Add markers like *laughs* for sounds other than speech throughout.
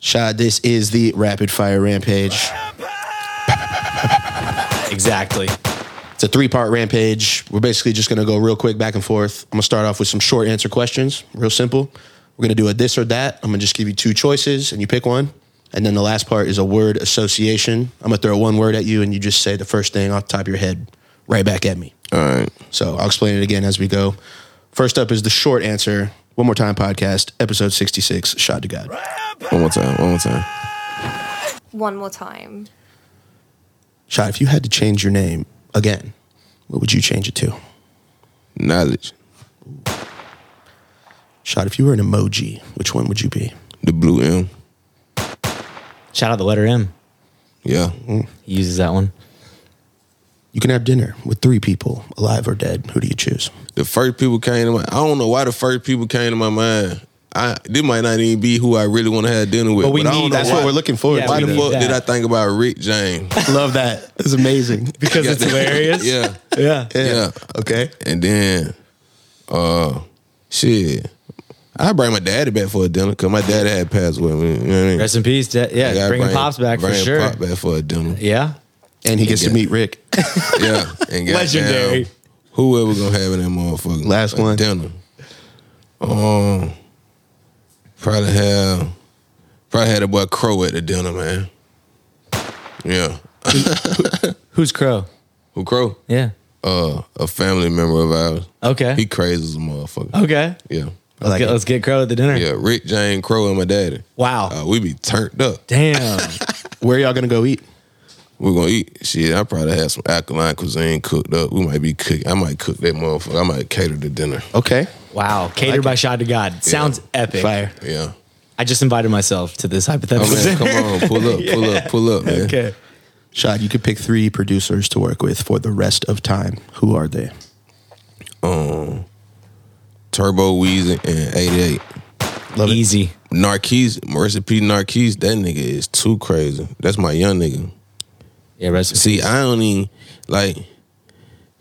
Rashad. This is the rapid fire rampage. exactly. It's a three part rampage. We're basically just going to go real quick back and forth. I'm going to start off with some short answer questions, real simple. We're going to do a this or that. I'm going to just give you two choices and you pick one. And then the last part is a word association. I'm going to throw one word at you and you just say the first thing off the top of your head right back at me. All right. So I'll explain it again as we go. First up is the short answer. One more time podcast, episode 66, Shot to God. One more time. One more time. One more time. Shot, if you had to change your name again, what would you change it to? Knowledge. Shot, if you were an emoji, which one would you be? The blue M. Shout out the letter M. Yeah. He uses that one. You can have dinner with three people, alive or dead. Who do you choose? The first people came to my. I don't know why the first people came to my mind. I this might not even be who I really want to have dinner with. But we I don't need- know that's why, what we're looking forward Yeah, to. Why we the need fuck that. did I think about Rick *laughs* James? *laughs* Love that. It's amazing. Because it's *laughs* hilarious. yeah. Yeah. Yeah. Okay. And then, uh, shit, I bring my daddy back for a dinner because my dad had passed away. Man. You know what I mean? Rest in peace. Da- yeah. Like, I bringing pops back for bring sure. Pop back for a dinner. Yeah. And he gets to meet *laughs* Rick. Yeah, and goddamn, Legendary. Whoever gonna have in that motherfucker? Last a one. dinner. Um, probably have, probably had a boy Crow at the dinner, man. Yeah, Who's Crow? who Crow? Yeah. Uh, a family member of ours. Okay. He crazy as a motherfucker. okay. Yeah, I like Get- it. let's get Crow at the dinner. yeah. Rick, Jane, Crow, and my daddy. Wow. Uh, we be turned up. Damn. Where y'all gonna go eat? We're gonna eat. Shit, I probably have some alkaline cuisine cooked up. We might be cook. I might cook that motherfucker. I might cater the dinner. Okay. wow. Catered by Shot to God. Sounds epic. Fire. Yeah. I just invited myself to this hypothetical. Oh man, come dinner. on, pull up, pull *laughs* up, pull up, man. okay. Shot, you could pick three producers to work with for the rest of time. Who are they? Turbo Weezy and 88. Love it. Easy. Narquise, Marissa P. Narquise, that nigga is too crazy. That's my young nigga. Yeah. Rest in See, peace. I don't even like. *sighs*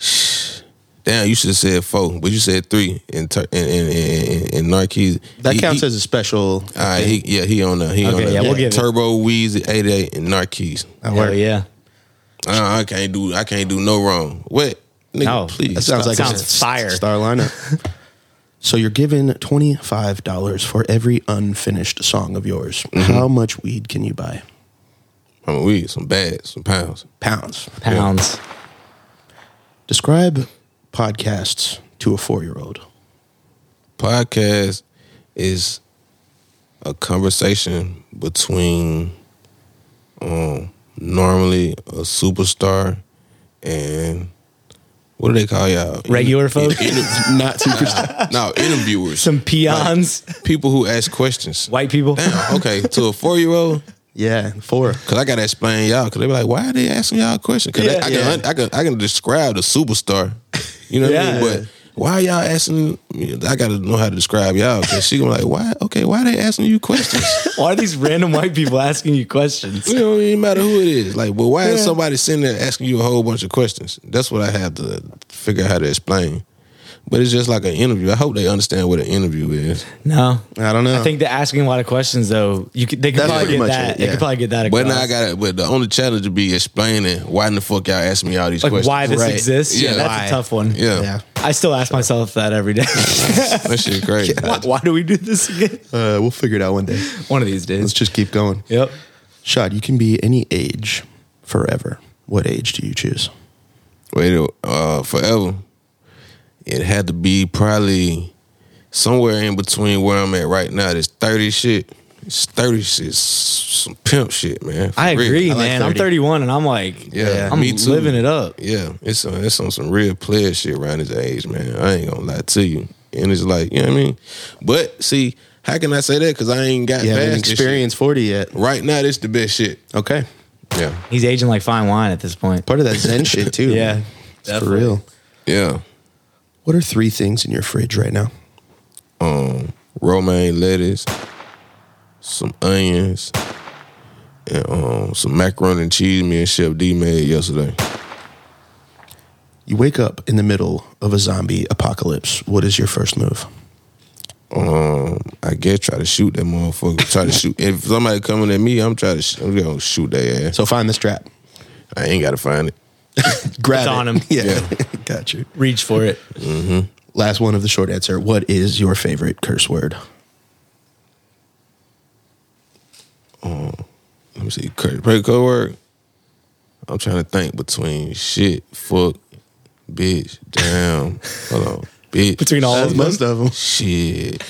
Damn, you should have said four, but you said three. And Tur- and and, and, and, and Narquise, That he- counts he- as a special. All right, he, yeah, he on the he Okay, on the yeah, we'll give it. Turbo Weezy, 88, and Narquise. I Hell work. yeah. Uh, I can't do I can't do no wrong. What? Nigga, No. please. Oh, That sounds like Sounds a s- fire. star lineup. *laughs* so you're given twenty five dollars for every unfinished song of yours. How much weed can you buy? I mean, we some bags, some pounds. Pounds. Pounds. Describe podcasts to a four year old. podcast is a conversation between um normally a superstar and what do they call y'all? Regular folk? *laughs* Not superstar. no, interviewers. *laughs* Some peons. people who ask questions. White people. Damn, okay, to a four year old, *laughs* yeah, four. cause I gotta explain y'all, cause they be like, why are they asking y'all questions? Cause Yeah. I, I, Yeah. can, un- I can I can describe the superstar, you know what I mean? Yeah. But why are y'all asking? I gotta know how to describe y'all, cause she gonna be like, why? Okay, why are they asking you questions? Why are these random white people asking you questions? It don't even matter who it is. Like, but why is somebody sitting there asking you a whole bunch of questions? That's what I have to figure out how to explain. But it's just like an interview. I hope they understand what an interview is. No. I don't know. I think that asking a lot of questions though, you could, they could That's probably pretty get much that. it, They yeah. could probably get that across. But now I got to But the only challenge would be explaining why in the fuck y'all asking me all these like questions. why this Right. exists. Yeah, Yeah. that's Why? a tough one. Yeah, Yeah. I still ask myself that *laughs* every day. that shit *laughs* crazy. why, why do we do this again? Uh, we'll figure it out one day. One of these Let's days. just keep going. Yep. Shot, you can be any age forever. What age do you choose? Wait, uh, forever. It had to be probably somewhere in between where I'm at right now. This thirty shit. It's thirty shit. s- Some pimp shit, man. For I real. agree, I like man. I'm 30. 31 and I'm like, Yeah, I'm me too. living it up. Yeah, it's on, it's on some real player shit around his age, man. I ain't gonna lie to you. And it's like, you know what I mean? But see, how can I say that? Because I ain't got You haven't past this shit. experienced forty yet. Right now, this the best shit. Okay. Yeah, He's aging like fine wine at this point. Part of that Zen shit *laughs* too. Yeah, It's for definitely. real. yeah. What are three things in your fridge right now? Romaine lettuce, some onions, and um, some macaroni and cheese me and Chef D made yesterday. You wake up in the middle of a zombie apocalypse. What is your first move? Um, I I guess try to shoot that motherfucker. try *laughs* to shoot. If somebody coming at me, I'm trying to. Sh- I'm gonna shoot their ass. So find the strap. I ain't gotta find it. Grab It's it. on him. *laughs* Yeah. Yeah. Got you. Reach for it. Last one of the short answer. What is your favorite curse word? Let me see. Curse. Break code word. I'm trying to think between shit, fuck, bitch, damn. *laughs* Hold on, bitch. Between all shit, of them? Most of them. Shit,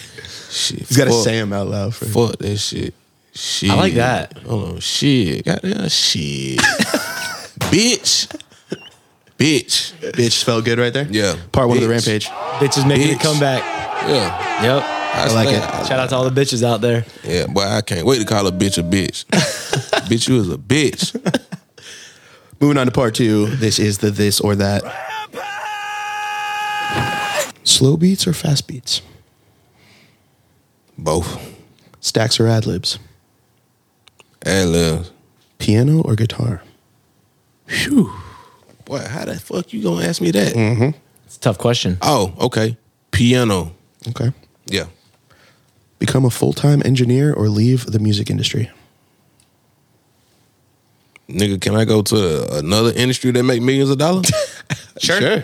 shit. He's got to fuck, say them out loud for Fuck that shit. Shit. I like that. Hold on. Shit. *laughs* Goddamn shit. bitch. Bitch. Bitch spelled good right there? Yeah. Part one of the Bitch. rampage. Bitches making Bitch. a comeback. Yeah. Yep. I, like stand- it. Shout out to all the bitches out there. Yeah, boy, I can't wait to call a bitch *laughs* a bitch. bitch, you is a bitch. Moving on to part two. This is the this or that. Slow beats or fast beats? Both. Stacks or ad libs? Ad libs. Piano or guitar? Phew. Boy, how the fuck you gonna ask me that? It's a tough question. Oh, okay. Piano. Okay. Yeah. Become a full time engineer or leave the music industry? Nigga, can I go to another industry that make millions of dollars? Sure.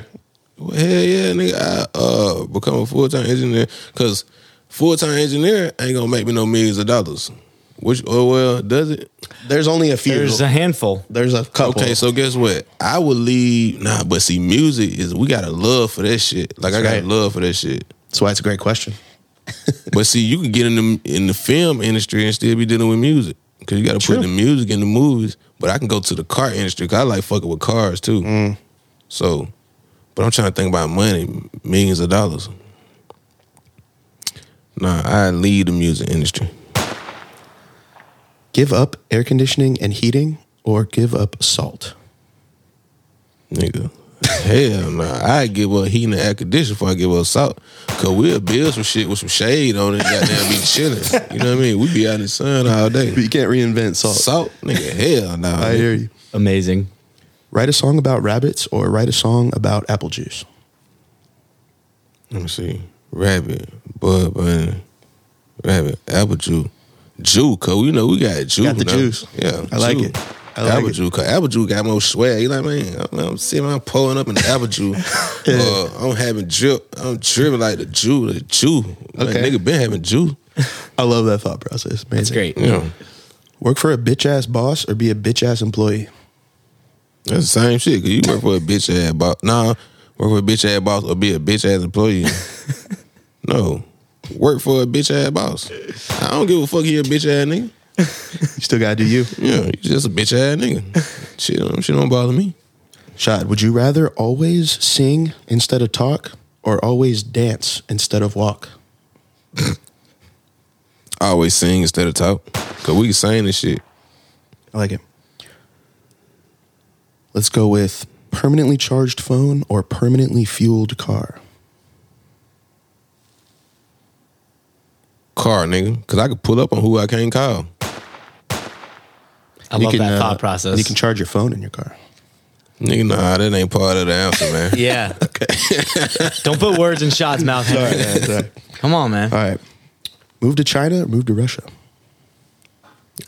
Well, hell yeah, nigga. I uh become a full time engineer because full time engineer ain't gonna make me no millions of dollars. Which oh well, does it? There's only a few. There's a handful. There's a couple. Okay, so guess what? I would leave. Nah, but see, music is we got a love for that shit. Like I got right. love for that shit. That's why it's a great question. But see, you can get in the in the film industry and still be dealing with music because you got to True. put the music in the movies. But I can go to the car industry because I like fucking with cars too. Mm. So, but I'm trying to think about money, millions of dollars. Nah, I lead the music industry. Give up air conditioning and heating or give up salt? Nigga. *laughs* Hell nah. I give up heating and air conditioning before I give up salt. Cause we'll build some shit with some shade on it and goddamn be chilling. You know what I mean? We be out in the sun all day. you can't reinvent Salt, nigga, hell nah. I nigga. hear you. Amazing. Write a song about rabbits or write a song about apple juice? Let me see. Rabbit, bud bunny, rabbit, apple juice, juice. Cause we know we got juice. Got the now. juice. Yeah, I like juice. it. I like apple it. juice. Cause apple juice got more swag. You like man? I'm, I'm sitting, I'm pulling up in the apple *laughs* juice. uh, I'm having drip. I'm dripping like the juice. The juice. Like, Okay. nigga been having juice. I love that thought process. Amazing. It's great. Yeah, Work for a bitch ass boss or be a bitch ass employee? that's the same shit. Cause you work for a bitch ass boss. Nah, work for a bitch ass boss or be a bitch *laughs* ass employee. no, work for a bitch ass boss. I don't give a fuck. You a bitch ass nigga. You still gotta do you. Yeah, you just a bitch *laughs* ass nigga. shit, don't, shit don't bother me. Shad, would you rather always sing instead of talk or always dance instead of walk? I always sing instead of talk. Cause we can sing this shit. I like it. Let's go with permanently charged phone or permanently fueled car. Car, nigga. Cause I could pull up on who I can't call. I love that thought process. You can charge your phone in your car. Nigga, nah, that ain't part of the answer, man. *laughs* *laughs* yeah. *laughs* Don't put words in Shad's mouth. Henry. Come on, man. *laughs* All right. Move to China or move to Russia?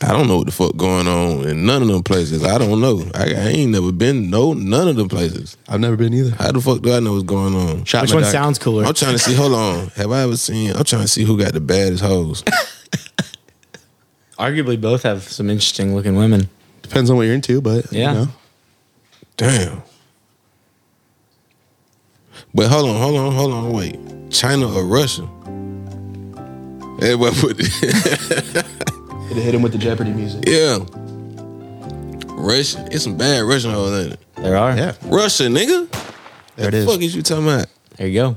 I don't know what the fuck going on in none of them places. I don't know. I, I ain't never been no none of them places. I've never been either. How the fuck do I know what's going on? Shot in Which the one dark. sounds cooler? I'm trying to see. Hold on. Have I ever seen? I'm trying to see who got the baddest hoes. Arguably, both have some interesting looking women. Depends on what you're into, but Yeah. you know. Damn. But hold on, hold on, hold on, wait. China or Russia? Everybody put It hit him with the Jeopardy music. *laughs* Yeah. Russia. It's some bad Russian hoes, ain't it? There are. Yeah, Russia, nigga. there it The is. fuck is you talking about? There you go.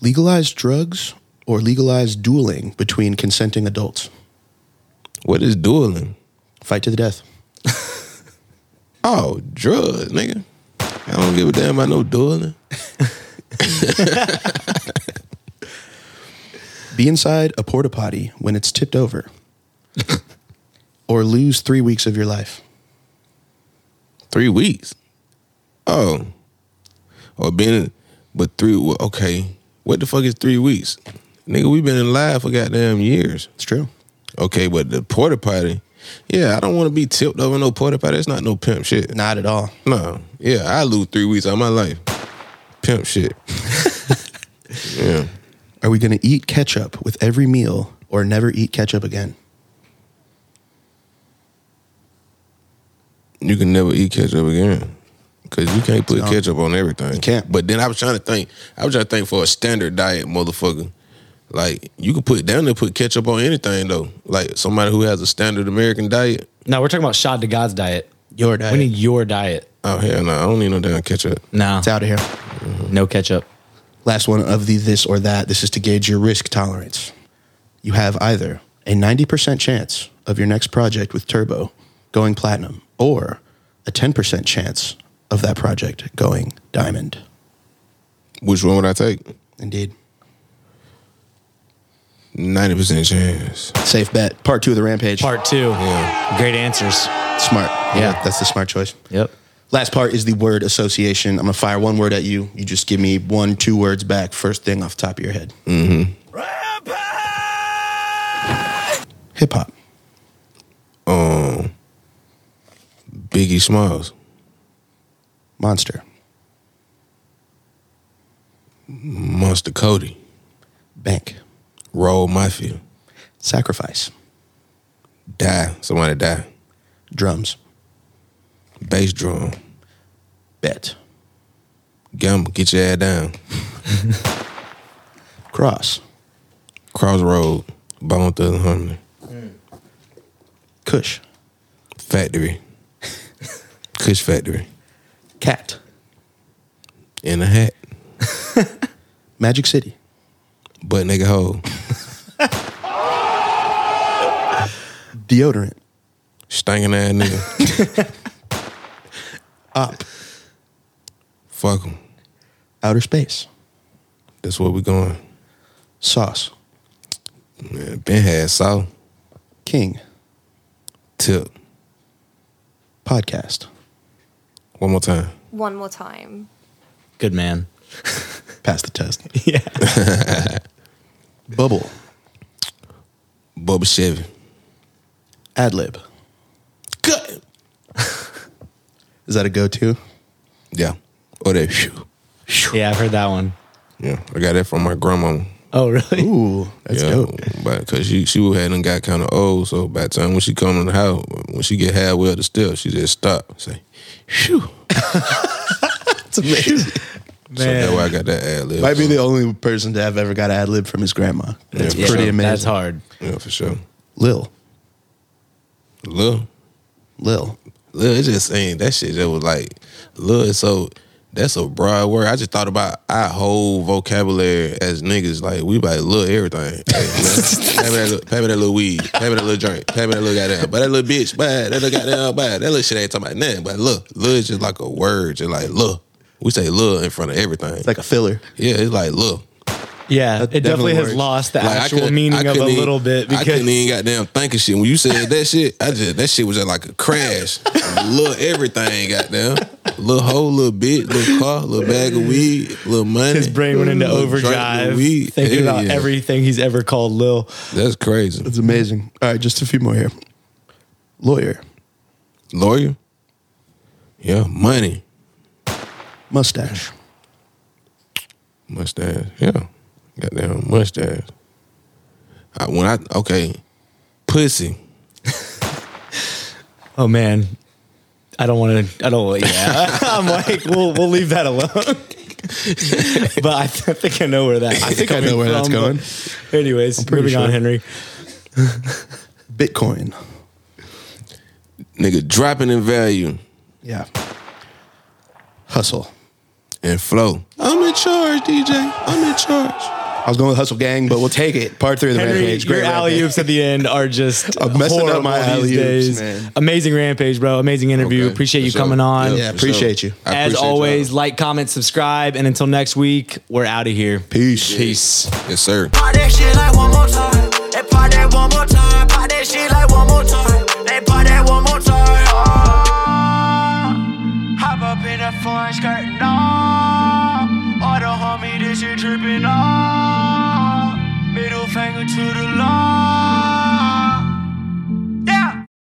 Legalized drugs or legalized dueling between consenting adults? What is dueling? Fight to the death. Oh, drugs, nigga. I don't give a damn about no dueling. Be inside a porta potty when it's tipped over, or lose three weeks of your life. Three weeks. Oh. Or been but three well, okay. What the fuck is three weeks? Nigga, we been in live for goddamn years. It's true. Okay, but the porta potty, yeah, I don't want to be tipped over no porta potty. It's not no pimp shit. Not at all. No, yeah, I lose three weeks out of my life. Pimp shit. *laughs* yeah. Are we going to eat ketchup with every meal or never eat ketchup again? you can never eat ketchup again because you can't put ketchup on everything. You can't. But then I was trying to think. I was trying to think for a standard diet, motherfucker. Like you could put down there put ketchup on anything though. Like somebody who has a standard American diet. No, we're talking about shot to God's diet. Your diet. We need your diet. Oh hell no, I don't need no damn ketchup. No, It's out of here. no ketchup. Last one of the this or that. This is to gauge your risk tolerance. You have either a 90% chance of your next project with Turbo going platinum or a 10% chance of that project going diamond. Which one would I take? Indeed. Ninety percent chance. Safe bet. Part two of the Rampage. Part two. Great answers. Smart. Yeah. That's the smart choice. Yep. Last part is the word association. I'm going to fire one word at you. You just give me one, two words back, first thing off the top of your head. Mm-hmm. Hip hop. Um, Biggie Smalls, Monster. Monster Cody, Bank. Roll Mafia, Sacrifice. Die, somebody die, Drums. bass drum, Bet. gamble, get your ass down, Cross. crossroad, bone through the harmony. Kush. Factory. Kush Factory. Cat. In a hat. Magic City. Butt nigga hole. Deodorant. Stinking ass nigga. Op. Fuck him. Outer space. That's where we going. Sauce. Man, ben had saw. King. Tip. Podcast. One more time. One more time. Good man. Pass the test. *laughs* Yeah. Bubble. Bubba Chevy. Ad lib. Good. Is that a go to? Yeah. Oh that phew. Yeah, I've heard that one. Yeah. I got that from my grandma. Oh, really? Ooh, that's yeah, dope. But cause she she had and got kind of old, so by the time when she come in the house, when she get halfway up the steps, she just stop. Say, "Phew." That's amazing. So that's why I got that ad lib. Might be the only person to have ever got ad lib from his grandma. That's Yeah, pretty sure. amazing. That's hard. yeah for sure. Lil. Lil, Lil. Lil, it's just saying that shit that was like Lil is so that's a broad word. I just thought about our whole vocabulary as niggas. Like we about Lil everything. *laughs* Like, you know, pay me that little, pay me that little weed, pay me that little drink, pay me that little goddamn, but that little bitch, bad, that little goddamn, bad, that little shit ain't talking about nothing. But Lil, Lil is just like a word, just like Lil. We say Lil in front of everything. Like a filler. yeah, it's like Lil. Yeah, it definitely definitely has works. lost the Like, I actual couldn't- meaning I of a couldn't even- little bit I couldn't because even goddamn think of shit. When you said that shit, I just that shit was just like a crash. little everything, goddamn. Little hoe, little bit, little car, little bag of weed, little money. his brain went *laughs* into little drink, overdrive little weed. thinking Hell about yeah. everything he's ever called Lil. That's crazy. That's amazing. All right, just a few more here. Lawyer. Lawyer. Yeah, money, Mustache. mustache. Yeah, goddamn mustache. I, when I okay, pussy. Oh man, I don't want to. I don't. *laughs* wanna- Yeah, I'm like, we'll we'll leave that alone. but I, th- I think I know where that. I think I know where that's going. Anyways, pretty moving on, sure. Henry. Bitcoin. Nigga dropping in value. Yeah. Hustle. and flow. I'm in charge, DJ. I'm in charge. I was going with Hustle Gang, but we'll take it. Part three of the Henry, Rampage. your alley oops at the end are *laughs* just I'm messing up horrible my these alley-oops, days. man. Amazing rampage, bro. Amazing interview. Okay, Appreciate for you sure. coming on. Yeah, appreciate you. I As appreciate always, y'all. like, comment, subscribe, and until next week, we're out of here. Peace. Peace. yes, sir. Pop that shit like one more time. They pop that one more time. Pop that shit like one more time. They pop that one more time. Oh, hop up in that foreign skirt. No. All the homie, this shit tripping. Oh, me to the light.